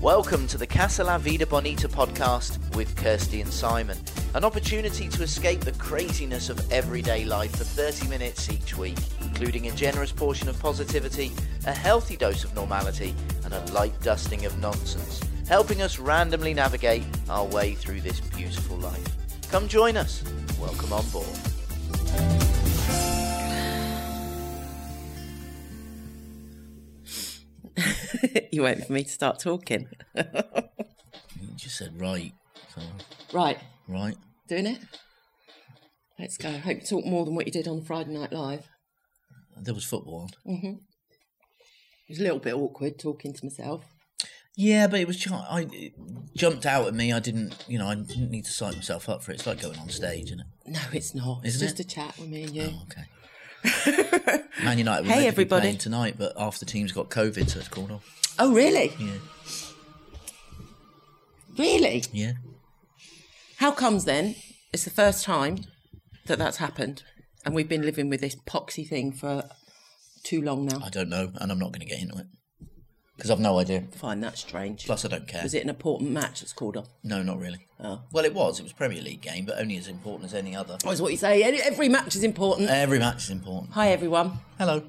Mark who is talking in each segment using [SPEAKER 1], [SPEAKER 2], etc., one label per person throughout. [SPEAKER 1] Welcome to the Casa La Vida Bonita podcast with Kirsty and Simon, an opportunity to escape the craziness of everyday life for 30 minutes each week, including a generous portion of positivity, a healthy dose of normality, and a light dusting of nonsense, helping us randomly navigate our way through this beautiful life. Come join us. Welcome on board.
[SPEAKER 2] you wait for me to start talking.
[SPEAKER 1] You just said right. So,
[SPEAKER 2] Right,
[SPEAKER 1] right.
[SPEAKER 2] doing it? Let's go. Hope you talk more than what you did on Friday Night Live.
[SPEAKER 1] There was football.
[SPEAKER 2] It was a little bit awkward talking to myself.
[SPEAKER 1] Yeah, but it was. char- I it jumped out at me. I didn't. You know, I didn't need to psych myself up for it. It's like going on stage, isn't it?
[SPEAKER 2] No, it's not. It's
[SPEAKER 1] Isn't
[SPEAKER 2] just a chat with me and you.
[SPEAKER 1] Oh, okay. Man United. Were
[SPEAKER 2] Hey,
[SPEAKER 1] meant to be
[SPEAKER 2] everybody.
[SPEAKER 1] playing tonight, but half the team's got COVID, so it's called off.
[SPEAKER 2] Oh, really?
[SPEAKER 1] Yeah,
[SPEAKER 2] Really?
[SPEAKER 1] yeah.
[SPEAKER 2] How comes then? It's the first time that that's happened, and we've been living with this poxy thing for too long now.
[SPEAKER 1] I don't know, and I'm not going to get into it because I've no idea.
[SPEAKER 2] I find that strange.
[SPEAKER 1] Plus, I don't care.
[SPEAKER 2] Was it an important match that's called off?
[SPEAKER 1] No, not really. Oh. Well, it was. It was a Premier League game, but only as important as any other.
[SPEAKER 2] That's what you say. Every- Every match is important.
[SPEAKER 1] Every match is important.
[SPEAKER 2] Hi, everyone.
[SPEAKER 1] Hello.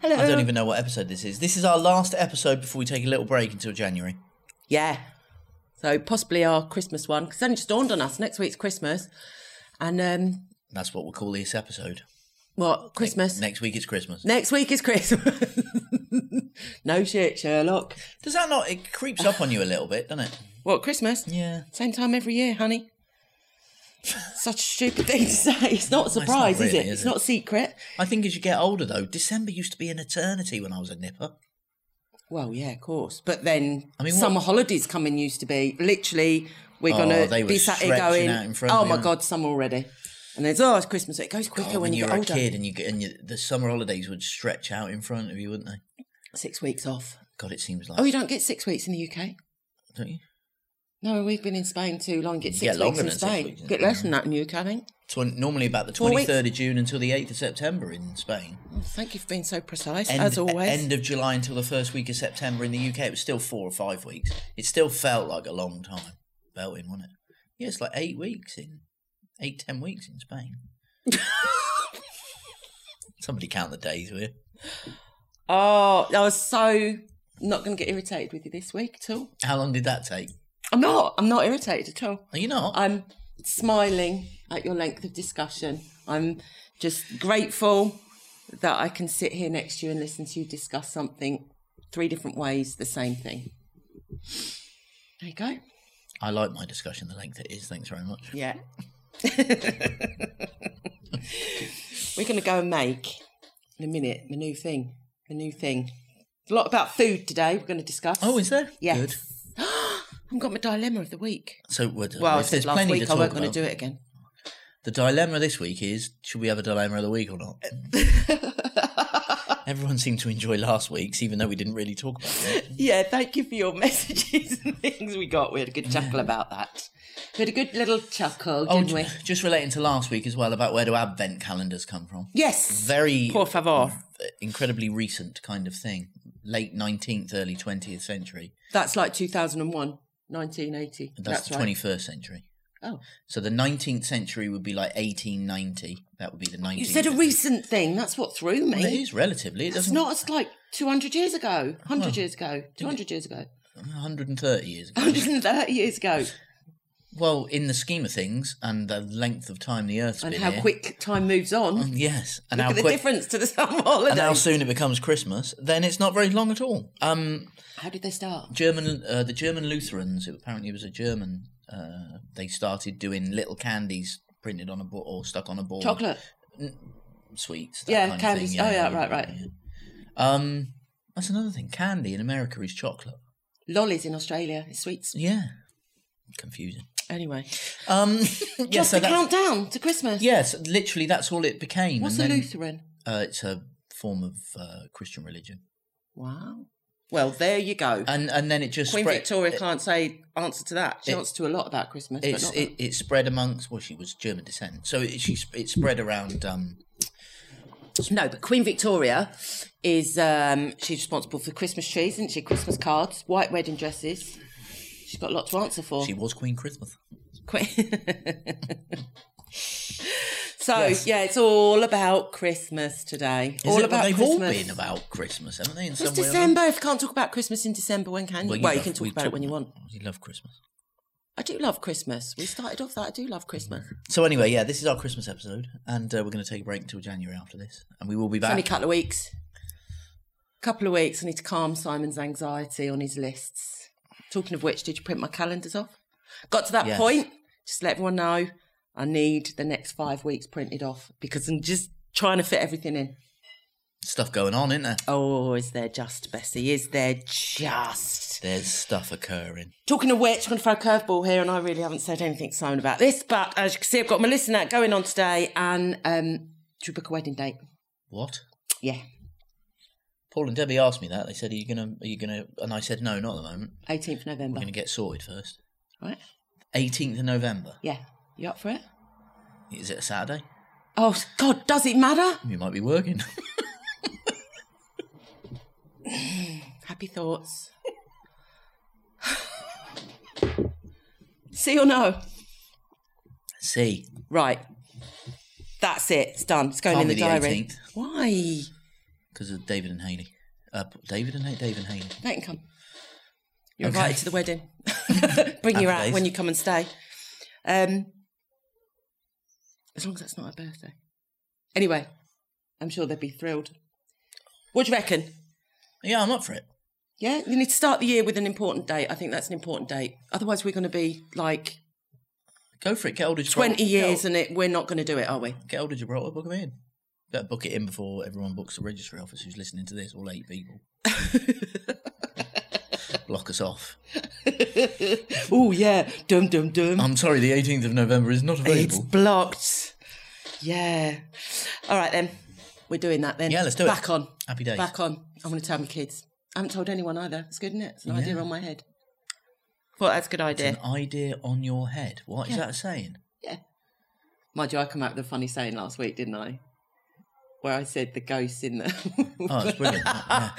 [SPEAKER 2] Hello.
[SPEAKER 1] I don't even know what episode this is. This is our last episode before we take a little break until January.
[SPEAKER 2] Yeah. So possibly our Christmas one because then it just dawned on us next week's Christmas, and um,
[SPEAKER 1] That's what we'll call this episode.
[SPEAKER 2] what Christmas
[SPEAKER 1] Next week it's Christmas.
[SPEAKER 2] next week is Christmas. no shit, Sherlock.
[SPEAKER 1] Does that not? It creeps up on you a little bit, doesn't it?
[SPEAKER 2] What Christmas?
[SPEAKER 1] Yeah.
[SPEAKER 2] Same time every year, honey. Such a stupid thing to say. It's not a
[SPEAKER 1] not
[SPEAKER 2] surprise, is
[SPEAKER 1] really,
[SPEAKER 2] it?
[SPEAKER 1] is
[SPEAKER 2] it's
[SPEAKER 1] it?
[SPEAKER 2] not a secret.
[SPEAKER 1] I think as you get older, though, December used to be an eternity when I was a nipper.
[SPEAKER 2] Well, yeah, of course. But then
[SPEAKER 1] mean, what-
[SPEAKER 2] summer holidays coming used to be literally we're
[SPEAKER 1] Oh, they
[SPEAKER 2] gonna
[SPEAKER 1] were
[SPEAKER 2] be sat here
[SPEAKER 1] stretching
[SPEAKER 2] going,
[SPEAKER 1] out in front
[SPEAKER 2] oh
[SPEAKER 1] of you,
[SPEAKER 2] my
[SPEAKER 1] aren't
[SPEAKER 2] god, summer already. And then it's oh, it's Christmas. It goes quicker
[SPEAKER 1] when,
[SPEAKER 2] when, you
[SPEAKER 1] you
[SPEAKER 2] get
[SPEAKER 1] were a
[SPEAKER 2] older.
[SPEAKER 1] kid, and you get and you, the summer holidays would stretch out in front of you, wouldn't they?
[SPEAKER 2] Six weeks off.
[SPEAKER 1] God, it seems like.
[SPEAKER 2] Oh, you don't get six weeks in the UK.
[SPEAKER 1] don't you?
[SPEAKER 2] No, we've been in Spain too long. Get six
[SPEAKER 1] get
[SPEAKER 2] weeks
[SPEAKER 1] longer
[SPEAKER 2] in
[SPEAKER 1] than six
[SPEAKER 2] Spain.
[SPEAKER 1] weeks in
[SPEAKER 2] get less than that in the UK, I think.
[SPEAKER 1] Twen- normally about the
[SPEAKER 2] Four
[SPEAKER 1] twenty
[SPEAKER 2] weeks.
[SPEAKER 1] third of June until the eighth of September in Spain.
[SPEAKER 2] Oh, thank you for being so precise,
[SPEAKER 1] End, e,
[SPEAKER 2] as always.
[SPEAKER 1] End of July until the first week of September in the UK. It was still four or five weeks. It still felt like a long time. Felt in, wasn't it? Yeah, it's like eight weeks in, eight ten weeks in Spain. Somebody count the days, will you?
[SPEAKER 2] Oh, I was so not going to get irritated with you this week at all.
[SPEAKER 1] How long did that take?
[SPEAKER 2] I'm not. I'm not irritated at all.
[SPEAKER 1] Are you not?
[SPEAKER 2] I'm smiling at your length of discussion. I'm just grateful that I can sit here next to you and listen to you discuss something three different ways, the same thing. There you go.
[SPEAKER 1] I like my discussion the length it is. Thanks very much.
[SPEAKER 2] Yeah. Mm-hmm. We're going to go and make in a minute the new thing. The new thing. A lot about food today. We're going to discuss.
[SPEAKER 1] Oh, is there?
[SPEAKER 2] Yes.
[SPEAKER 1] Good.
[SPEAKER 2] I've got my dilemma of the week.
[SPEAKER 1] So, we're,
[SPEAKER 2] Well, I
[SPEAKER 1] if there's
[SPEAKER 2] said last
[SPEAKER 1] plenty
[SPEAKER 2] week
[SPEAKER 1] to
[SPEAKER 2] I
[SPEAKER 1] talk
[SPEAKER 2] weren't going
[SPEAKER 1] about,
[SPEAKER 2] to do it again.
[SPEAKER 1] the dilemma this week is: should we have a dilemma of the week or not? Everyone seemed to enjoy last week's, even though we didn't really talk about it.
[SPEAKER 2] Yeah, thank you for your messages and things we got. We had a good chuckle about that. We had a good little chuckle,
[SPEAKER 1] Oh,
[SPEAKER 2] didn't we?
[SPEAKER 1] j- just relating to last week as well about where do advent calendars come from?
[SPEAKER 2] Yes.
[SPEAKER 1] Very
[SPEAKER 2] Por favor.
[SPEAKER 1] incredibly recent kind of thing, late nineteenth, early twentieth century.
[SPEAKER 2] That's like 2001, 1980.
[SPEAKER 1] That's, the
[SPEAKER 2] right.
[SPEAKER 1] twenty first century.
[SPEAKER 2] Oh.
[SPEAKER 1] So the nineteenth century would be like eighteen ninety. That would be the
[SPEAKER 2] You
[SPEAKER 1] nineteenth.
[SPEAKER 2] said a recent thing. That's what threw me.
[SPEAKER 1] It is relatively. It
[SPEAKER 2] It's
[SPEAKER 1] doesn't.
[SPEAKER 2] not. It's like 200 years ago, 100 years ago, 200 years ago,
[SPEAKER 1] One hundred and thirty years ago.
[SPEAKER 2] 130 years ago,
[SPEAKER 1] Well, in the scheme of things, and the length of time the Earth's
[SPEAKER 2] and
[SPEAKER 1] been
[SPEAKER 2] how
[SPEAKER 1] here,
[SPEAKER 2] quick time moves on.
[SPEAKER 1] yes, and
[SPEAKER 2] Look
[SPEAKER 1] how
[SPEAKER 2] at the
[SPEAKER 1] quick,
[SPEAKER 2] difference to the summer holiday.
[SPEAKER 1] and how soon it becomes Christmas, then it's not very long at all. Um,
[SPEAKER 2] How did they start?
[SPEAKER 1] German, uh, the German Lutherans, it apparently was a German. Uh, they started doing little candies printed on a board or stuck on a board,
[SPEAKER 2] Chocolate.
[SPEAKER 1] sweets, that
[SPEAKER 2] Yeah,
[SPEAKER 1] kind of thing,
[SPEAKER 2] candies. oh yeah, right, right.
[SPEAKER 1] Um, that's another thing. Candy in America is chocolate.
[SPEAKER 2] Lollies in Australia, it's sweets.
[SPEAKER 1] Yeah, confusing.
[SPEAKER 2] Anyway,
[SPEAKER 1] Um, yeah,
[SPEAKER 2] just
[SPEAKER 1] so
[SPEAKER 2] to
[SPEAKER 1] that's-
[SPEAKER 2] count down to Christmas.
[SPEAKER 1] Yes, literally, that's all it became.
[SPEAKER 2] What's
[SPEAKER 1] and
[SPEAKER 2] a
[SPEAKER 1] then,
[SPEAKER 2] Lutheran?
[SPEAKER 1] Uh, it's a form of uh, Christian religion,
[SPEAKER 2] Wow. Well, there you go.
[SPEAKER 1] and and then Uh, it just
[SPEAKER 2] Queen
[SPEAKER 1] spread.
[SPEAKER 2] Victoria can't say answer to that. She
[SPEAKER 1] it-
[SPEAKER 2] answers to a lot about Christmas, but
[SPEAKER 1] It's
[SPEAKER 2] not
[SPEAKER 1] it, it spread amongst well, she was German descent, so it, she sp- it spread around um,
[SPEAKER 2] No, but Queen Victoria is um, she's responsible for Christmas trees, isn't she? Christmas cards, white wedding dresses. She's got a lot to answer for.
[SPEAKER 1] She was Queen Christmas.
[SPEAKER 2] Queen. so yeah, it's all about Christmas today.
[SPEAKER 1] Is
[SPEAKER 2] all
[SPEAKER 1] it,
[SPEAKER 2] about
[SPEAKER 1] but they've all
[SPEAKER 2] Christmas.
[SPEAKER 1] been about Christmas, haven't they? In
[SPEAKER 2] It's
[SPEAKER 1] some way or another?
[SPEAKER 2] December. If you can't talk about Christmas in December, when can you? Well, you,
[SPEAKER 1] love-
[SPEAKER 2] can talk
[SPEAKER 1] we
[SPEAKER 2] about it when you want.
[SPEAKER 1] You love Christmas.
[SPEAKER 2] I do love Christmas. We started off that. I do love Christmas.
[SPEAKER 1] So anyway, yeah, this is our Christmas episode, and uh, we're going to take a break until January after this, and we will be
[SPEAKER 2] It's only a
[SPEAKER 1] back.
[SPEAKER 2] couple of weeks. Couple of weeks. I need to calm Simon's anxiety on his lists. Talking of which, did you print my calendars off? Got to that
[SPEAKER 1] Yes.
[SPEAKER 2] point. Just to let everyone know I need the next five weeks printed off because I'm just trying to fit everything in.
[SPEAKER 1] Stuff going on, isn't there?
[SPEAKER 2] Oh, is there just Bessie? Is there just?
[SPEAKER 1] There's stuff occurring.
[SPEAKER 2] Talking of which, I'm going to throw a curveball here, and I really haven't said anything to Simon about this. But as you can see, I've got my listener going on today, and um, should we book a wedding date?
[SPEAKER 1] What?
[SPEAKER 2] Yeah,
[SPEAKER 1] Paul and Debbie asked me that. They said, "Are you gonna? Are you gonna?" And I said, "No, not at the moment.
[SPEAKER 2] 18th November.
[SPEAKER 1] We're gonna get sorted first.
[SPEAKER 2] Right?
[SPEAKER 1] 18th of November.
[SPEAKER 2] Yeah, you up for it?
[SPEAKER 1] Is it a Saturday?
[SPEAKER 2] Oh God, does it matter?
[SPEAKER 1] You might be working.
[SPEAKER 2] Happy thoughts. See or no?
[SPEAKER 1] See,
[SPEAKER 2] Right. That's it. It's done. It's going
[SPEAKER 1] Can't
[SPEAKER 2] in the,
[SPEAKER 1] be the
[SPEAKER 2] diary.
[SPEAKER 1] 18th.
[SPEAKER 2] Why?
[SPEAKER 1] because of David and Haley. Uh, David and Haley. David and Haley.
[SPEAKER 2] Don't you come. You're
[SPEAKER 1] Okay.
[SPEAKER 2] invited to the wedding. Bring your
[SPEAKER 1] Happy
[SPEAKER 2] hat
[SPEAKER 1] days.
[SPEAKER 2] when you come and stay. Um, as long as that's not her birthday. Anyway, I'm sure they'd be thrilled. What do you reckon?
[SPEAKER 1] Yeah, I'm up for it.
[SPEAKER 2] Yeah, you need to start the year with an important date. I think that's an important date. Otherwise, we're going to be like
[SPEAKER 1] Go for it. Get older.
[SPEAKER 2] 20 years and it, we're not going to do it, are we?
[SPEAKER 1] Get older, Gibraltar. Book 'em in. Better book it in before everyone books the registry office who's listening to this. All eight people. Block us off.
[SPEAKER 2] Oh, yeah. Dum, dum, dum.
[SPEAKER 1] I'm sorry, the 18th of November is not available.
[SPEAKER 2] It's blocked. Yeah. All right, then. We're doing that then.
[SPEAKER 1] Yeah, let's do it.
[SPEAKER 2] Back on.
[SPEAKER 1] Happy days.
[SPEAKER 2] Back on. I'm going to tell my kids. I haven't told anyone either. It's good, isn't it? It's an idea on my head. Well, that's a good idea.
[SPEAKER 1] An idea on your head. What is that saying?
[SPEAKER 2] Yeah. Mind you, I come out with a funny saying last week, didn't I? Where I said the ghosts in the
[SPEAKER 1] Oh, it's brilliant. yeah,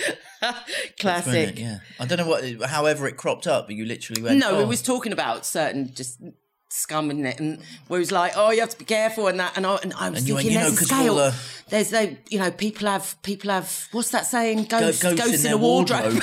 [SPEAKER 2] classic.
[SPEAKER 1] brilliant. Yeah. I don't know what. However, it cropped up, but you literally went.
[SPEAKER 2] No,
[SPEAKER 1] oh,
[SPEAKER 2] we was talking about certain just scum and it, and we was like, oh, you have to be careful and that, and I, and I was
[SPEAKER 1] And you went, you
[SPEAKER 2] thinking,
[SPEAKER 1] know,
[SPEAKER 2] there's a
[SPEAKER 1] 'cause
[SPEAKER 2] scale.
[SPEAKER 1] all
[SPEAKER 2] There's no, you know, people have people have what's that saying?
[SPEAKER 1] go-
[SPEAKER 2] Ghosts,
[SPEAKER 1] uh, ghosts in,
[SPEAKER 2] ghosts
[SPEAKER 1] their
[SPEAKER 2] a
[SPEAKER 1] wardrobe.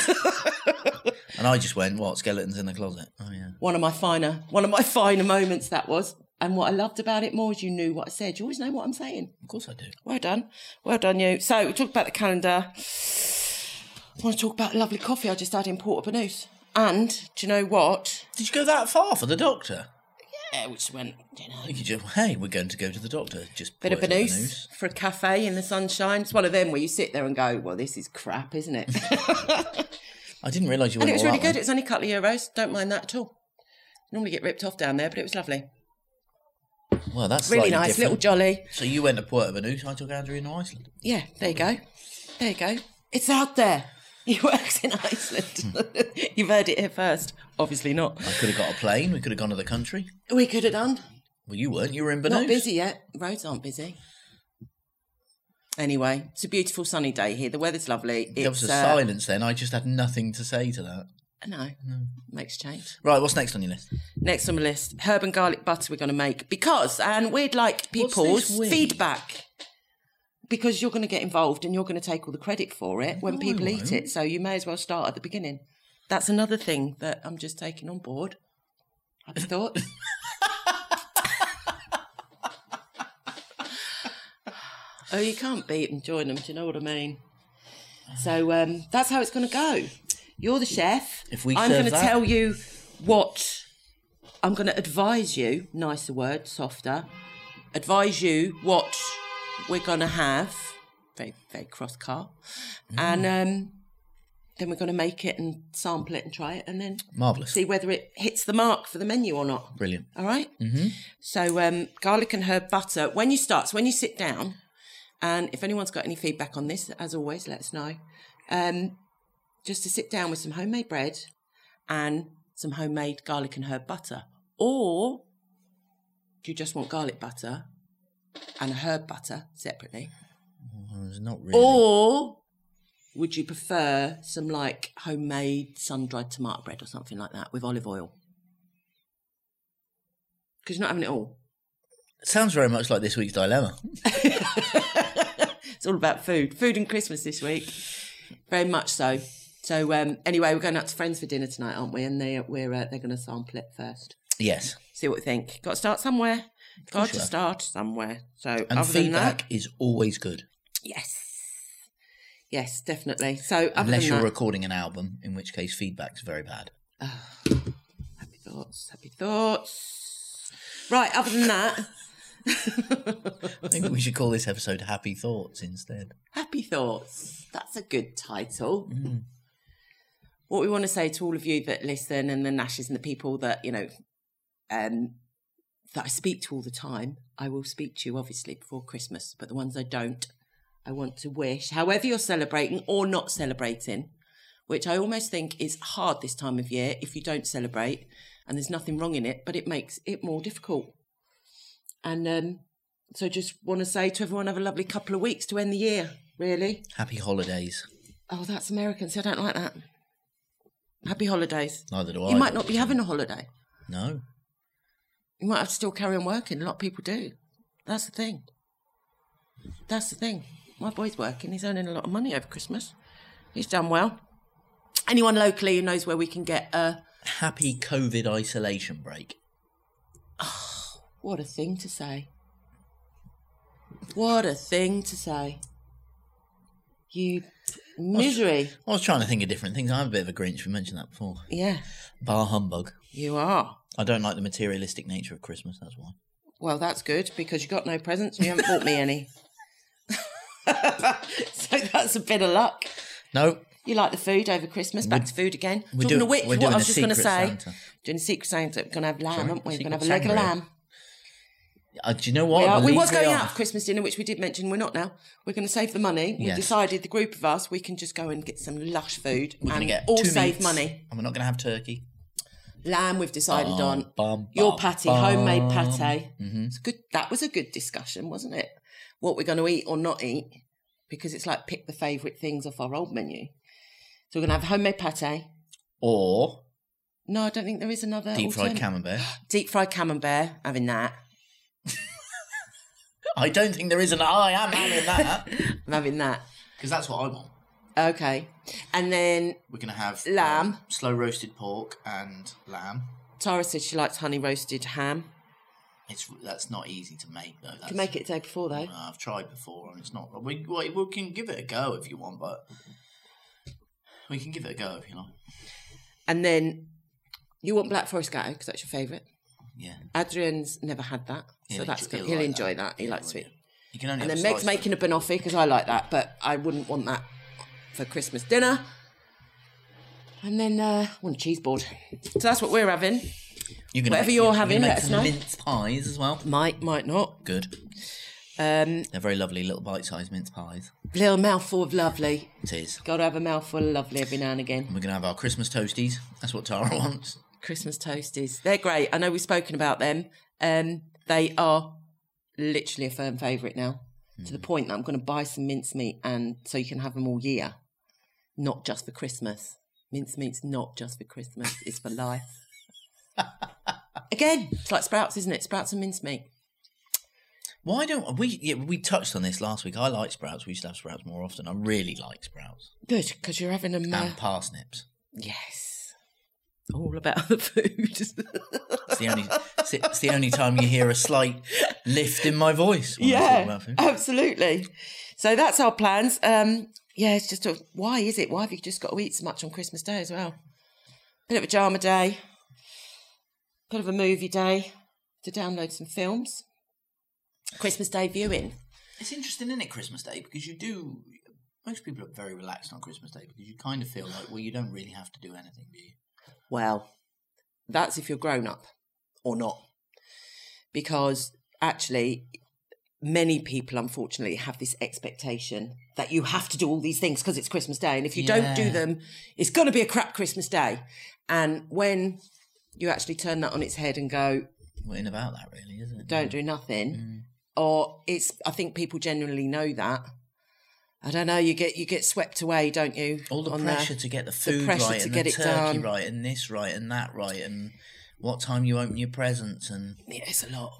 [SPEAKER 1] and I just went, what? Skeletons in the closet. Oh yeah.
[SPEAKER 2] one of my finer, one of my finer moments that was. And what I loved about it more is you knew what I said. You always know what I'm saying.
[SPEAKER 1] Of course I do.
[SPEAKER 2] Well done, well done, you. So we talked about the calendar. I want to talk about lovely coffee I just had in Portobello's. And do you know what?
[SPEAKER 1] Did you go that far for the doctor?
[SPEAKER 2] Yeah, which went, you know,
[SPEAKER 1] You could just, hey, we're going to go to the doctor. Just
[SPEAKER 2] Bit
[SPEAKER 1] put
[SPEAKER 2] of
[SPEAKER 1] it in the
[SPEAKER 2] Benoose
[SPEAKER 1] news.
[SPEAKER 2] for a cafe in the sunshine. It's one of them where you sit there and go, well, this is crap, isn't it?
[SPEAKER 1] I didn't realise you
[SPEAKER 2] and
[SPEAKER 1] went
[SPEAKER 2] it was
[SPEAKER 1] all
[SPEAKER 2] really
[SPEAKER 1] that
[SPEAKER 2] good. It was only a couple of euros. Don't mind that at all. Normally get ripped off down there, but it was lovely.
[SPEAKER 1] way. Well, that's slightly
[SPEAKER 2] Really nice,
[SPEAKER 1] different.
[SPEAKER 2] little jolly.
[SPEAKER 1] So you went to Puerto Banús, I took Andrew in Iceland.
[SPEAKER 2] Yeah, there you go. There you go. It's out there. He works in
[SPEAKER 1] Hmm.
[SPEAKER 2] Iceland. You've heard it here first. Obviously not.
[SPEAKER 1] I could have got a plane. We could have gone to the country.
[SPEAKER 2] We could have done.
[SPEAKER 1] Well, you weren't. You were in Banús.
[SPEAKER 2] Not busy yet. Roads aren't busy. Anyway, it's a beautiful sunny day here. The weather's lovely. It's,
[SPEAKER 1] There was a
[SPEAKER 2] uh,
[SPEAKER 1] silence then. I just had nothing to say to that.
[SPEAKER 2] No, makes change.
[SPEAKER 1] Right, what's next on your list?
[SPEAKER 2] Next on the list, herb and garlic butter we're going to make because, and we'd like
[SPEAKER 1] What's
[SPEAKER 2] people's
[SPEAKER 1] this we?
[SPEAKER 2] feedback because you're going to get involved and you're going to take all the credit for it
[SPEAKER 1] Oh,
[SPEAKER 2] when people eat it. So you may as well start at the beginning. That's another thing that I'm just taking on board. Happy thoughts. oh, you can't beat and join them. Do you know what I mean? So um, that's how it's going to go. You're the chef.
[SPEAKER 1] If we
[SPEAKER 2] I'm
[SPEAKER 1] serve
[SPEAKER 2] to
[SPEAKER 1] that-
[SPEAKER 2] tell you what I'm going to advise you. Nicer word, softer. Advise you what we're going to have. Very, very cross car, and
[SPEAKER 1] Mm.
[SPEAKER 2] um, then we're going to make it and sample it and try it, and then
[SPEAKER 1] Marvellous.
[SPEAKER 2] see whether it hits the mark for the menu or not.
[SPEAKER 1] Brilliant.
[SPEAKER 2] All Mm-hmm. So, um, garlic and herb butter. When you start, so when you sit down, and if anyone's got any feedback on this, as always, let us know. Um, just to sit down with some homemade bread and some homemade garlic and herb butter, or if you just want garlic butter and a herb butter separately,
[SPEAKER 1] There's not really.
[SPEAKER 2] Oh. Or would you prefer some like homemade sun dried tomato bread or something like that with olive oil? Because you're not having it all.
[SPEAKER 1] Sounds very much like this week's dilemma.
[SPEAKER 2] It's all about food, food and Christmas this week. Very much so. So um, anyway, we're going out to friends for dinner tonight, aren't we? And they we're uh, they're going to sample it first.
[SPEAKER 1] Yes.
[SPEAKER 2] See what we think. Got to start somewhere. Got to
[SPEAKER 1] you have.
[SPEAKER 2] start somewhere. So
[SPEAKER 1] And
[SPEAKER 2] other than that,
[SPEAKER 1] feedback is always good.
[SPEAKER 2] yes, yes, definitely. So other
[SPEAKER 1] Unless
[SPEAKER 2] than
[SPEAKER 1] you're
[SPEAKER 2] that,
[SPEAKER 1] recording an album, in which case feedback's very bad.
[SPEAKER 2] Happy thoughts, happy thoughts. Right, other than that,
[SPEAKER 1] Maybe we should call this episode Happy Thoughts instead.
[SPEAKER 2] happy thoughts. That's a good title. What we want to say to all of you that listen and the Nashes and the people that, you know, um, that I speak to all the time, I will speak to you obviously before Christmas, but the ones I don't, I want to wish, however you're celebrating or not celebrating, which I almost think is hard this time of year if you don't celebrate, and there's nothing wrong in it, but it makes it more difficult. And um, so just want to say to everyone, have a lovely couple of weeks to end the year, really.
[SPEAKER 1] Happy holidays.
[SPEAKER 2] Oh, that's American, so I don't like that. Happy holidays.
[SPEAKER 1] Neither do I.
[SPEAKER 2] You might not be having a holiday.
[SPEAKER 1] No.
[SPEAKER 2] You might have to still carry on working. A lot of people do. That's the thing. That's the thing. My boy's working. He's earning a lot of money over Christmas. He's done well. Anyone locally who knows where we can get uh, a
[SPEAKER 1] Happy COVID isolation break.
[SPEAKER 2] what a thing to say. What a thing to say. You misery.
[SPEAKER 1] I was trying to think of different things. I'm a bit of a Grinch. We mentioned that before.
[SPEAKER 2] Yeah,
[SPEAKER 1] Bar humbug.
[SPEAKER 2] you are.
[SPEAKER 1] I don't like the materialistic nature of Christmas. That's why.
[SPEAKER 2] Well, that's good because you got no presents and you haven't bought me any. so that's a bit of luck.
[SPEAKER 1] No.
[SPEAKER 2] You like the food over Christmas? Back to food again.
[SPEAKER 1] we're
[SPEAKER 2] Talking
[SPEAKER 1] doing-
[SPEAKER 2] of which,
[SPEAKER 1] we're
[SPEAKER 2] what
[SPEAKER 1] doing
[SPEAKER 2] I
[SPEAKER 1] a
[SPEAKER 2] was just going to
[SPEAKER 1] secret
[SPEAKER 2] say,
[SPEAKER 1] Santa.
[SPEAKER 2] doing a secret Santa, we're going to have lamb,
[SPEAKER 1] Sorry?
[SPEAKER 2] aren't we? We're going to have a
[SPEAKER 1] Secret
[SPEAKER 2] leg of
[SPEAKER 1] sangria.
[SPEAKER 2] lamb.
[SPEAKER 1] Uh, do you know what?
[SPEAKER 2] We,
[SPEAKER 1] I
[SPEAKER 2] are, we
[SPEAKER 1] believe
[SPEAKER 2] was going
[SPEAKER 1] are.
[SPEAKER 2] out for Christmas dinner, which we did mention. We're not now. We're going to save the money. We
[SPEAKER 1] Yes.
[SPEAKER 2] decided the group of us we can just go and get some lush food
[SPEAKER 1] We're
[SPEAKER 2] and
[SPEAKER 1] going to get
[SPEAKER 2] all
[SPEAKER 1] two
[SPEAKER 2] save
[SPEAKER 1] meats,
[SPEAKER 2] money.
[SPEAKER 1] And we're not going to have turkey.
[SPEAKER 2] Lamb we've decided
[SPEAKER 1] Bum,
[SPEAKER 2] on.
[SPEAKER 1] bum,
[SPEAKER 2] Your
[SPEAKER 1] bum,
[SPEAKER 2] patty,
[SPEAKER 1] bum.
[SPEAKER 2] homemade pate.
[SPEAKER 1] Mm-hmm.
[SPEAKER 2] It's good. That was a good discussion, wasn't it? What we're going to eat or not eat, because it's like pick the favourite things off our old menu. So we're going to have homemade pate.
[SPEAKER 1] Or
[SPEAKER 2] No, I don't think there is another
[SPEAKER 1] deep fried
[SPEAKER 2] alternate.
[SPEAKER 1] camembert.
[SPEAKER 2] Deep fried camembert, having that.
[SPEAKER 1] I don't think there is an I am having that.
[SPEAKER 2] I'm having that.
[SPEAKER 1] Because that's what I want.
[SPEAKER 2] Okay. And then
[SPEAKER 1] We're going to have uh,
[SPEAKER 2] Lamb.
[SPEAKER 1] slow roasted pork and lamb.
[SPEAKER 2] Tara said she likes honey roasted ham.
[SPEAKER 1] It's That's not easy to make, though.
[SPEAKER 2] You can make it the day before though.
[SPEAKER 1] Uh, I've tried before, and it's not. We, we we can give it a go if you want, but we can give it a go if you like.
[SPEAKER 2] And then you want Black Forest Gatto because that's your favourite.
[SPEAKER 1] Yeah,
[SPEAKER 2] Adrian's never had that, so
[SPEAKER 1] He'll
[SPEAKER 2] that's
[SPEAKER 1] enjoy-
[SPEAKER 2] good.
[SPEAKER 1] he'll
[SPEAKER 2] He'll,
[SPEAKER 1] like
[SPEAKER 2] enjoy
[SPEAKER 1] that.
[SPEAKER 2] that. He likes sweet.
[SPEAKER 1] you can only.
[SPEAKER 2] And
[SPEAKER 1] have
[SPEAKER 2] then
[SPEAKER 1] a
[SPEAKER 2] Meg's
[SPEAKER 1] slice of
[SPEAKER 2] making a banoffee because I like that, but I wouldn't want that for Christmas dinner. And then uh, I want a cheese board. So that's what we're having.
[SPEAKER 1] it. You can
[SPEAKER 2] whatever
[SPEAKER 1] make-
[SPEAKER 2] you're
[SPEAKER 1] you can
[SPEAKER 2] having,
[SPEAKER 1] make
[SPEAKER 2] let us
[SPEAKER 1] some
[SPEAKER 2] know.
[SPEAKER 1] Mince pies as well.
[SPEAKER 2] Might, might not.
[SPEAKER 1] Good.
[SPEAKER 2] Um,
[SPEAKER 1] They're very lovely little bite-sized mince pies.
[SPEAKER 2] little mouthful of lovely.
[SPEAKER 1] It is.
[SPEAKER 2] Got to have a mouthful of lovely every now and again.
[SPEAKER 1] We're gonna have our Christmas toasties. That's what Tara wants.
[SPEAKER 2] Christmas toasties. They're great. I know we've spoken about them. Um, they are literally a firm favourite now, to the point that I'm going to buy some mincemeat and so you can have them all year, not just for Christmas. Mincemeat's not just for Christmas; it's for life. Again, it's like sprouts, isn't it? Sprouts and mincemeat.
[SPEAKER 1] Why don't we? Yeah, we touched on this last week. I like sprouts. We used to have sprouts more often. I really like sprouts
[SPEAKER 2] Good, because you're having them. Uh,
[SPEAKER 1] and parsnips.
[SPEAKER 2] yes, all about the food.
[SPEAKER 1] It's the only. it's the- it's the only time you hear a slight lift in my voice. When I talk
[SPEAKER 2] yeah
[SPEAKER 1] about food.
[SPEAKER 2] absolutely so that's our plans um yeah it's just a, why is it why have you just got to eat so much on christmas day as well bit of a drama day bit of a movie day to download some films christmas day viewing
[SPEAKER 1] It's interesting, isn't it, Christmas Day? Because you do. Most people are very relaxed on Christmas Day because you kind of feel like, well, you don't really have to do anything, do you?
[SPEAKER 2] well that's if you're grown up or not because actually many people unfortunately have this expectation that you have to do all these things because it's Christmas Day. And if you don't do
[SPEAKER 1] Yeah.
[SPEAKER 2] them, it's going to be a crap Christmas Day. And when you actually turn that on its head and go,
[SPEAKER 1] Well, in about that, really, isn't it?
[SPEAKER 2] don't do nothing, or it's, I think people generally know that. I don't know. You get you get swept away, don't you?
[SPEAKER 1] All the
[SPEAKER 2] on
[SPEAKER 1] pressure
[SPEAKER 2] there?
[SPEAKER 1] to get the food
[SPEAKER 2] pressure
[SPEAKER 1] right
[SPEAKER 2] to
[SPEAKER 1] and
[SPEAKER 2] get
[SPEAKER 1] the
[SPEAKER 2] it
[SPEAKER 1] turkey
[SPEAKER 2] done.
[SPEAKER 1] right and this right and that right and what time you open your presents and
[SPEAKER 2] Yeah, it's a lot.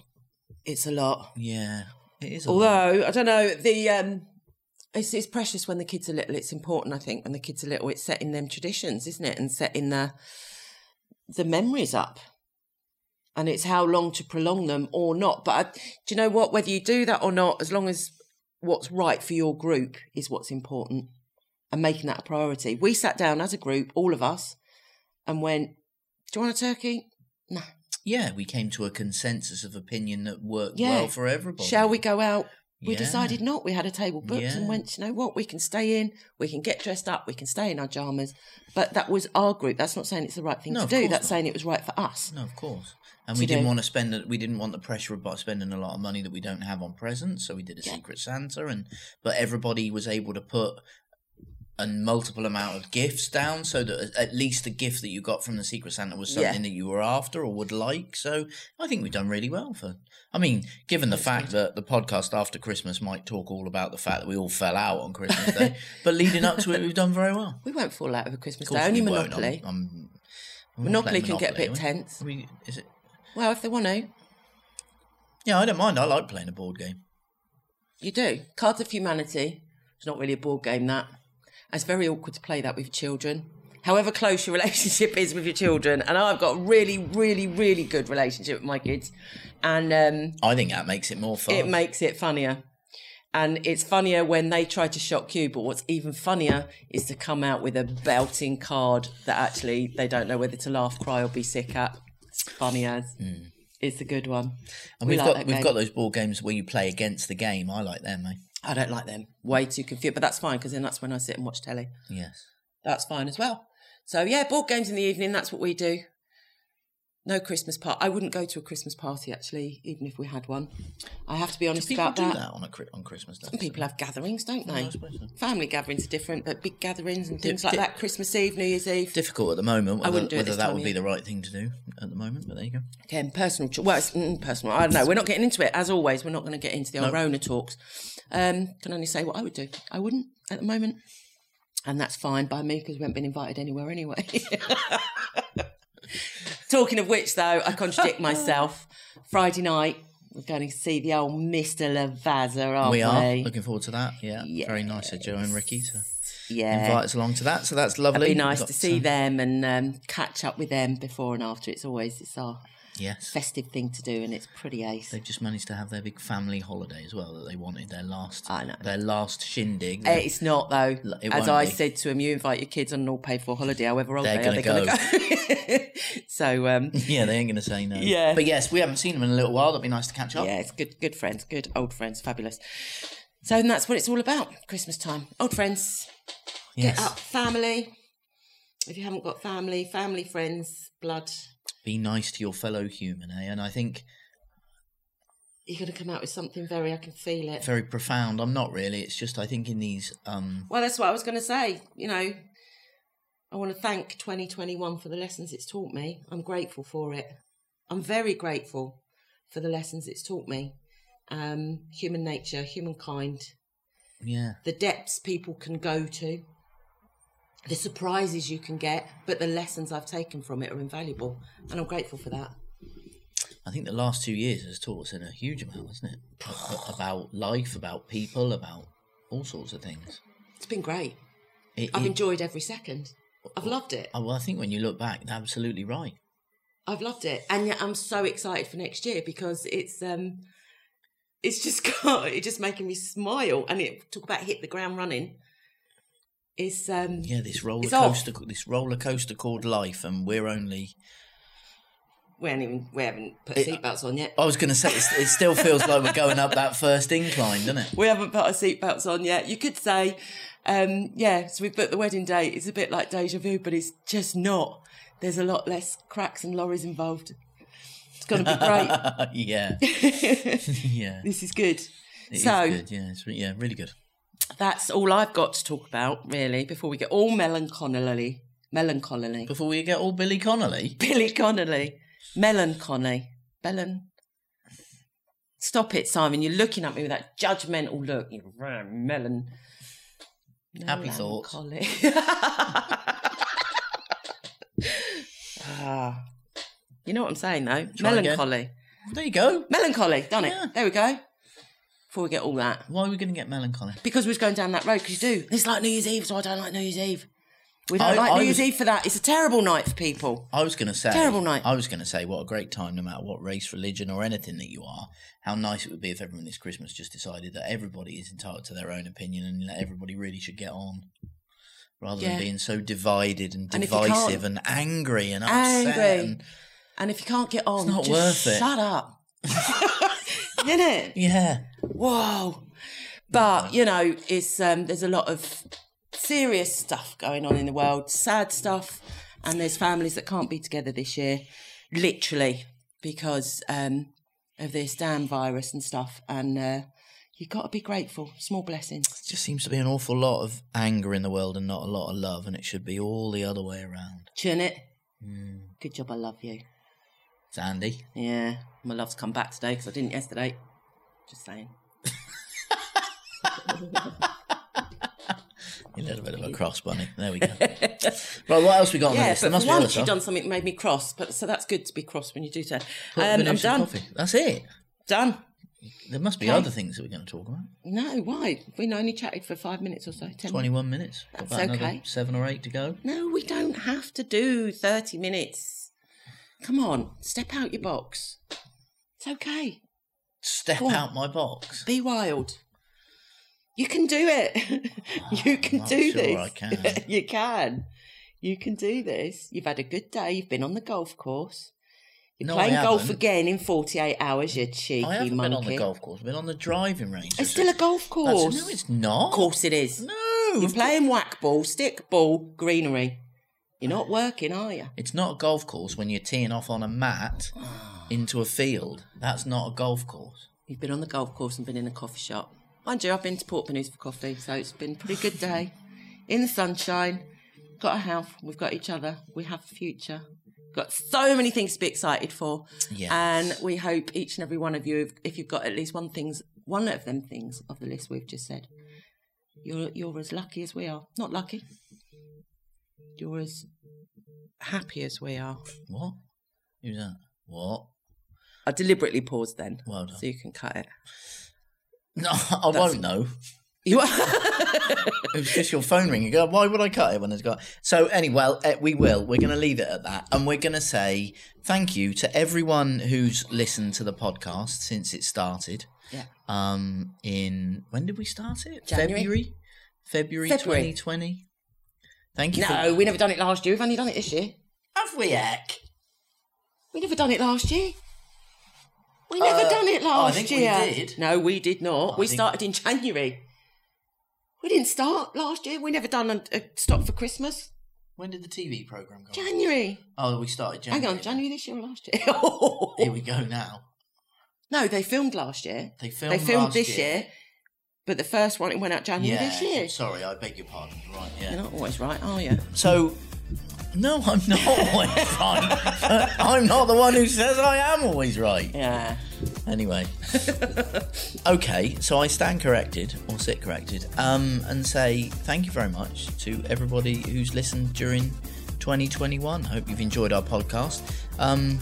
[SPEAKER 2] It's a lot.
[SPEAKER 1] yeah, it is. a lot.
[SPEAKER 2] Although I don't know the um, it's it's precious when the kids are little. It's important, I think, when the kids are little. It's setting them traditions, isn't it, and setting the the memories up. And it's how long to prolong them or not. But I, do you know what? Whether you do that or not, as long as what's right for your group is what's important, and making that a priority. We sat down as a group, all of us, and went, "Do you want a turkey? No.
[SPEAKER 1] yeah, we came to a consensus of opinion that worked
[SPEAKER 2] Yeah.
[SPEAKER 1] well for everybody.
[SPEAKER 2] Shall we go out? We
[SPEAKER 1] Yeah.
[SPEAKER 2] decided not. We had a table booked
[SPEAKER 1] Yeah.
[SPEAKER 2] and went, you know what, we can stay in, we can get dressed up, we can stay in our pyjamas. But that was our group. That's not saying it's the right thing
[SPEAKER 1] No,
[SPEAKER 2] to
[SPEAKER 1] of
[SPEAKER 2] do.
[SPEAKER 1] course
[SPEAKER 2] That's
[SPEAKER 1] not.
[SPEAKER 2] saying it was right for us.
[SPEAKER 1] No, of course. And
[SPEAKER 2] To
[SPEAKER 1] we didn't
[SPEAKER 2] do.
[SPEAKER 1] want to spend. the- We didn't want the pressure about spending a lot of money that we don't have on presents. So we did a Secret Santa, and but everybody was able to put a multiple amount of gifts down, so that at least the gift that you got from the Secret Santa was
[SPEAKER 2] Yeah.
[SPEAKER 1] something that you were after or would like. So I think we've done really well for. I mean, given the fact that the podcast after Christmas might talk all about the fact that we all fell out on Christmas Day, but leading up to it, we've done very well.
[SPEAKER 2] We won't fall out over
[SPEAKER 1] Of
[SPEAKER 2] Christmas
[SPEAKER 1] course
[SPEAKER 2] Day. Only
[SPEAKER 1] we won't. I'm-
[SPEAKER 2] Monopoly.
[SPEAKER 1] I'm- we're not
[SPEAKER 2] Monopoly
[SPEAKER 1] playing
[SPEAKER 2] can get a bit
[SPEAKER 1] Monopoly, are we?
[SPEAKER 2] tense.
[SPEAKER 1] Are we, is it?
[SPEAKER 2] Well, if they want to,
[SPEAKER 1] Yeah, I don't mind. I like playing a board game.
[SPEAKER 2] you do. Cards of Humanity. It's not really a board game, that. And It's very awkward to play that with children. However close your relationship is with your children, and I've got a really, really, really good relationship with my kids, and um,
[SPEAKER 1] I think that makes it more fun.
[SPEAKER 2] it makes it funnier. And it's funnier when they try to shock you, but what's even funnier is to come out with a belting card that actually they don't know whether to laugh, cry, or be sick at. It's funny as. It's a good one.
[SPEAKER 1] and we've
[SPEAKER 2] like
[SPEAKER 1] got
[SPEAKER 2] that
[SPEAKER 1] we've
[SPEAKER 2] game.
[SPEAKER 1] got those board games where you play against the game. I like them, eh?
[SPEAKER 2] I don't like them. Way too confused, but that's fine because then that's when I sit and watch telly.
[SPEAKER 1] Yes.
[SPEAKER 2] That's fine as well. So yeah, board games in the evening. That's what we do. No Christmas party. I wouldn't go to a Christmas party actually, even if we had one. I have to be honest
[SPEAKER 1] People
[SPEAKER 2] about
[SPEAKER 1] do
[SPEAKER 2] that.
[SPEAKER 1] that, on a Chri- on Christmas Day.
[SPEAKER 2] Some people have gatherings, don't they?
[SPEAKER 1] I suppose so.
[SPEAKER 2] Family gatherings are different, but big gatherings and things like
[SPEAKER 1] di-
[SPEAKER 2] that, Christmas Eve, New Year's Eve.
[SPEAKER 1] Difficult at the moment. Whether,
[SPEAKER 2] wouldn't do it
[SPEAKER 1] whether
[SPEAKER 2] this
[SPEAKER 1] that
[SPEAKER 2] time
[SPEAKER 1] would
[SPEAKER 2] of
[SPEAKER 1] be
[SPEAKER 2] year.
[SPEAKER 1] the right thing to do at the moment, but there you go.
[SPEAKER 2] Again, personal. Cho- well, it's mm, personal. I don't know. We're not getting into it. As always, we're not going to get into the old Rona talks. Um, can only say what I would do. I wouldn't at the moment. And that's fine by me because we haven't been invited anywhere anyway. Talking of which, though, I contradict myself. Friday night, we're going to see the old Mr. Lavazza, aren't we?
[SPEAKER 1] We are looking forward to that. Yeah, very nice of Joe and Ricky to
[SPEAKER 2] yeah.
[SPEAKER 1] invite us along to that. So that's lovely.
[SPEAKER 2] be
[SPEAKER 1] We've
[SPEAKER 2] nice
[SPEAKER 1] got
[SPEAKER 2] to see them and um, catch up with them before and after. It's always it's our
[SPEAKER 1] Yes,
[SPEAKER 2] festive thing to do, and it's pretty ace.
[SPEAKER 1] they've just managed to have their big family holiday as well that they wanted. Their last,
[SPEAKER 2] I know.
[SPEAKER 1] their last shindig.
[SPEAKER 2] Eh, It's not though.
[SPEAKER 1] it
[SPEAKER 2] As
[SPEAKER 1] won't
[SPEAKER 2] I
[SPEAKER 1] be.
[SPEAKER 2] said to him, you invite your kids on an all-paid-for holiday, however old
[SPEAKER 1] They're
[SPEAKER 2] they are,
[SPEAKER 1] gonna
[SPEAKER 2] they're going to go. so um,
[SPEAKER 1] yeah, they ain't going to say no.
[SPEAKER 2] Yeah.
[SPEAKER 1] but yes, we haven't seen them in a little while. That'd be nice to catch up.
[SPEAKER 2] yeah, it's good, good friends, good old friends, fabulous. So and that's what it's all about. Christmas time, old friends,
[SPEAKER 1] yes.
[SPEAKER 2] up family. If you haven't got family, family, friends, blood,
[SPEAKER 1] be nice to your fellow human, eh? And I think
[SPEAKER 2] you're going to come out with something very. I can feel it.
[SPEAKER 1] very profound. I'm not really. It's just I think in these um
[SPEAKER 2] Well, that's what I was going to say. You know, I want to thank 2021 for the lessons it's taught me. I'm grateful for it. I'm very grateful for the lessons it's taught me. Um, human nature, humankind,
[SPEAKER 1] yeah.
[SPEAKER 2] the depths people can go to, the surprises you can get, but the lessons I've taken from it are invaluable. And I'm grateful for that.
[SPEAKER 1] I think the last two years has taught us in a huge amount, hasn't it? A- about life, about people, about all sorts of things.
[SPEAKER 2] It's been great.
[SPEAKER 1] It,
[SPEAKER 2] I've
[SPEAKER 1] it-
[SPEAKER 2] enjoyed every second. I've loved it.
[SPEAKER 1] oh, well, I think when you look back, they're absolutely right.
[SPEAKER 2] I've loved it, and yet I'm so excited for next year because it's um, it's just got it's just making me smile, and it talk about hit the ground running. It's um,
[SPEAKER 1] Yeah, this roller
[SPEAKER 2] It's off.
[SPEAKER 1] coaster, this roller coaster called life, and we're only.
[SPEAKER 2] we haven't even we haven't put
[SPEAKER 1] It- uh, oh.
[SPEAKER 2] seatbelts on yet.
[SPEAKER 1] I was going to say it's, it still feels like we're going up that first incline, doesn't it?
[SPEAKER 2] We haven't put our seatbelts on yet. You could say, um, yeah, so we've booked the wedding date. It's a bit like deja vu, but it's just not. There's a lot less cracks and lorries involved. It's going to be great.
[SPEAKER 1] yeah, yeah.
[SPEAKER 2] this is good.
[SPEAKER 1] It is
[SPEAKER 2] so
[SPEAKER 1] good. Yeah, it's re- yeah, really good.
[SPEAKER 2] that's all I've got to talk about, really, before we get all melancholy. Melancholy.
[SPEAKER 1] Before we get all Billy Connolly,
[SPEAKER 2] Billy Connolly. Melancholy. Melon. Stop it, Simon. You're looking at me with that judgmental look. You ram melon. No
[SPEAKER 1] Happy thoughts.
[SPEAKER 2] melancholy. ah, you know what I'm saying though?
[SPEAKER 1] Try again.
[SPEAKER 2] melancholy.
[SPEAKER 1] There you go.
[SPEAKER 2] Melancholy, done it.
[SPEAKER 1] Yeah.
[SPEAKER 2] There we go. Before we get all that.
[SPEAKER 1] Why are we going to get melancholy?
[SPEAKER 2] Because we was going down that road, because you do. It's like New Year's Eve, so I don't like New Year's Eve. We don't
[SPEAKER 1] I-
[SPEAKER 2] like
[SPEAKER 1] I
[SPEAKER 2] New
[SPEAKER 1] was-
[SPEAKER 2] Year's Eve for that. It's a terrible night for people.
[SPEAKER 1] I was going to say
[SPEAKER 2] Terrible night.
[SPEAKER 1] I was going to say what a great time, no matter what race, religion, or anything that you are. How nice it would be if everyone this Christmas just decided that everybody is entitled to their own opinion and that everybody really should get on, rather
[SPEAKER 2] Yeah.
[SPEAKER 1] than being so divided and
[SPEAKER 2] And if you can't-
[SPEAKER 1] divisive and angry and upset.
[SPEAKER 2] Angry.
[SPEAKER 1] And,
[SPEAKER 2] And if you can't get on,
[SPEAKER 1] not
[SPEAKER 2] just
[SPEAKER 1] worth it.
[SPEAKER 2] shut up. In it?
[SPEAKER 1] yeah,
[SPEAKER 2] Whoa. But, you know, it's um, there's a lot of serious stuff going on in the world, sad stuff, and there's families that can't be together this year, literally, because um, of this damn virus and stuff. And uh, you've got to be grateful. Small blessings.
[SPEAKER 1] just seems to be an awful lot of anger in the world and not a lot of love, and it should be all the other way around.
[SPEAKER 2] Chin it.
[SPEAKER 1] Mm.
[SPEAKER 2] Good job, I love you.
[SPEAKER 1] It's Andy.
[SPEAKER 2] Yeah, my love's come back today because I didn't yesterday. Just saying.
[SPEAKER 1] A little bit of a cross bunny. There we go. right, what else we got on the
[SPEAKER 2] Yeah,
[SPEAKER 1] list? There
[SPEAKER 2] but
[SPEAKER 1] must
[SPEAKER 2] for
[SPEAKER 1] be other
[SPEAKER 2] once you've
[SPEAKER 1] stuff.
[SPEAKER 2] done something that made me cross, but so that's good to be cross when you do that.
[SPEAKER 1] Put
[SPEAKER 2] Um, I'm
[SPEAKER 1] Vanessa
[SPEAKER 2] done.
[SPEAKER 1] coffee. That's it.
[SPEAKER 2] Done.
[SPEAKER 1] There must be
[SPEAKER 2] Okay.
[SPEAKER 1] other things that we're going to talk about.
[SPEAKER 2] No, why? We only chatted for five minutes or so. Ten.
[SPEAKER 1] 21 minutes. Got
[SPEAKER 2] That's
[SPEAKER 1] about another
[SPEAKER 2] okay.
[SPEAKER 1] seven or eight to go.
[SPEAKER 2] No, we don't have to do thirty minutes. Come on, step out your box. It's okay.
[SPEAKER 1] Step
[SPEAKER 2] Go on.
[SPEAKER 1] out my box.
[SPEAKER 2] Be wild. You can do it. you can
[SPEAKER 1] not
[SPEAKER 2] do
[SPEAKER 1] Ah, sure
[SPEAKER 2] this.
[SPEAKER 1] I can.
[SPEAKER 2] you can. You can do this. You've had a good day. You've been on the golf course. You're
[SPEAKER 1] No, I
[SPEAKER 2] playing golf
[SPEAKER 1] haven't.
[SPEAKER 2] again in 48 hours, you cheeky
[SPEAKER 1] I haven't
[SPEAKER 2] monkey.
[SPEAKER 1] been on the golf course. I've been on the driving range.
[SPEAKER 2] It's still a golf course.
[SPEAKER 1] No, it's not.
[SPEAKER 2] Of course it is.
[SPEAKER 1] No.
[SPEAKER 2] You're playing whack ball, stick ball, greenery. You're not working, are you?
[SPEAKER 1] It's not a golf course when you're teeing off on a mat into a field. That's not a golf course.
[SPEAKER 2] You've been on the golf course and been in a coffee shop. Mind you, I've been to Port Pinews for coffee, so it's been a pretty good day. In the sunshine, got a house, we've got each other, we have a future. Got so many things to be excited for.
[SPEAKER 1] Yes.
[SPEAKER 2] And we hope each and every one of you, if you've got at least one things, one of them things of the list we've just said, you're you're as lucky as we are. Not lucky. You're as happy as we are.
[SPEAKER 1] What? Who's that? What?
[SPEAKER 2] I deliberately paused then,
[SPEAKER 1] Well done.
[SPEAKER 2] so you can cut it.
[SPEAKER 1] No, I won't know.
[SPEAKER 2] You
[SPEAKER 1] It was just your phone ringing. Go, Why would I cut it when it's got? So anyway, well, eh, we will. We're going to leave it at that, and we're going to say thank you to everyone who's listened to the podcast since it started.
[SPEAKER 2] Yeah.
[SPEAKER 1] Um. In when did we start it?
[SPEAKER 2] January.
[SPEAKER 1] February. February.
[SPEAKER 2] February.
[SPEAKER 1] Twenty twenty. Thank you.
[SPEAKER 2] No,
[SPEAKER 1] for-
[SPEAKER 2] we never done it last year. We've only done it this year.
[SPEAKER 1] have we heck?
[SPEAKER 2] We never done it last year. We never
[SPEAKER 1] Uh,
[SPEAKER 2] done it
[SPEAKER 1] I
[SPEAKER 2] last
[SPEAKER 1] think we
[SPEAKER 2] year.
[SPEAKER 1] did.
[SPEAKER 2] No, we did not.
[SPEAKER 1] I
[SPEAKER 2] we
[SPEAKER 1] think-
[SPEAKER 2] started in January. We didn't start last year. We never done a, a stop for Christmas.
[SPEAKER 1] When did the TV program go? on?
[SPEAKER 2] January.
[SPEAKER 1] Oh, we started January.
[SPEAKER 2] Hang on, January this year or last
[SPEAKER 1] Here
[SPEAKER 2] year?
[SPEAKER 1] we go now.
[SPEAKER 2] no, they filmed last year.
[SPEAKER 1] They filmed.
[SPEAKER 2] they filmed
[SPEAKER 1] last
[SPEAKER 2] this year. but the first one Oh, it went out January
[SPEAKER 1] Yeah.
[SPEAKER 2] this year.
[SPEAKER 1] Sorry, I beg your pardon. Right. Yeah.
[SPEAKER 2] You're not always right, are you?
[SPEAKER 1] So, no, I'm not always right. Uh, I'm not the one who says I am always right.
[SPEAKER 2] Yeah.
[SPEAKER 1] Anyway, okay, so I stand corrected or sit corrected, um, and say thank you very much to everybody who's listened during 2021. Hope you've enjoyed our podcast. Um,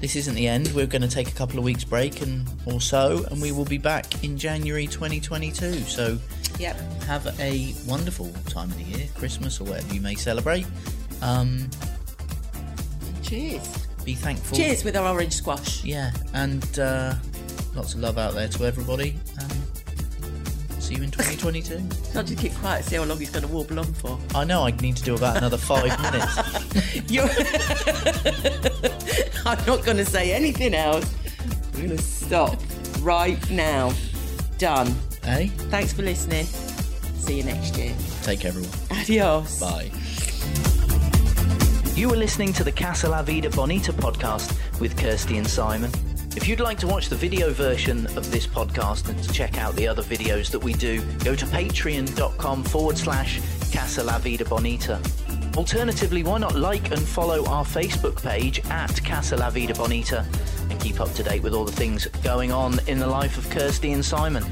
[SPEAKER 1] this isn't the end. We're going to take a couple of weeks break and or so, and we will be back in January 2022. So
[SPEAKER 2] Yep.
[SPEAKER 1] have a wonderful time of the year, Christmas or whatever you may celebrate. Um,
[SPEAKER 2] Cheers.
[SPEAKER 1] be thankful.
[SPEAKER 2] Cheers with our orange squash.
[SPEAKER 1] Yeah, and uh, lots of love out there to everybody. Um, see you in 2022.
[SPEAKER 2] I'll just keep quiet, see how long he's going to warble on for.
[SPEAKER 1] I know I need to do about another five minutes.
[SPEAKER 2] You're... I'm not going to say anything else. We're going to stop right now. Done.
[SPEAKER 1] Hey,
[SPEAKER 2] Thanks for listening. See you next year.
[SPEAKER 1] take care, everyone.
[SPEAKER 2] Adios.
[SPEAKER 1] Bye.
[SPEAKER 3] You were listening to the Casa La Vida Bonita podcast with Kirsty and Simon. If you'd like to watch the video version of this podcast and to check out the other videos that we do, go to patreon.com forward slash Casa La Vida Bonita. Alternatively, why not like and follow our Facebook page at Casa La Vida Bonita and keep up to date with all the things going on in the life of Kirsty and Simon.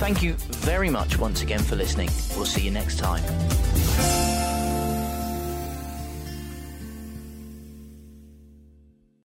[SPEAKER 1] Thank you very much once again for listening. We'll see you next time.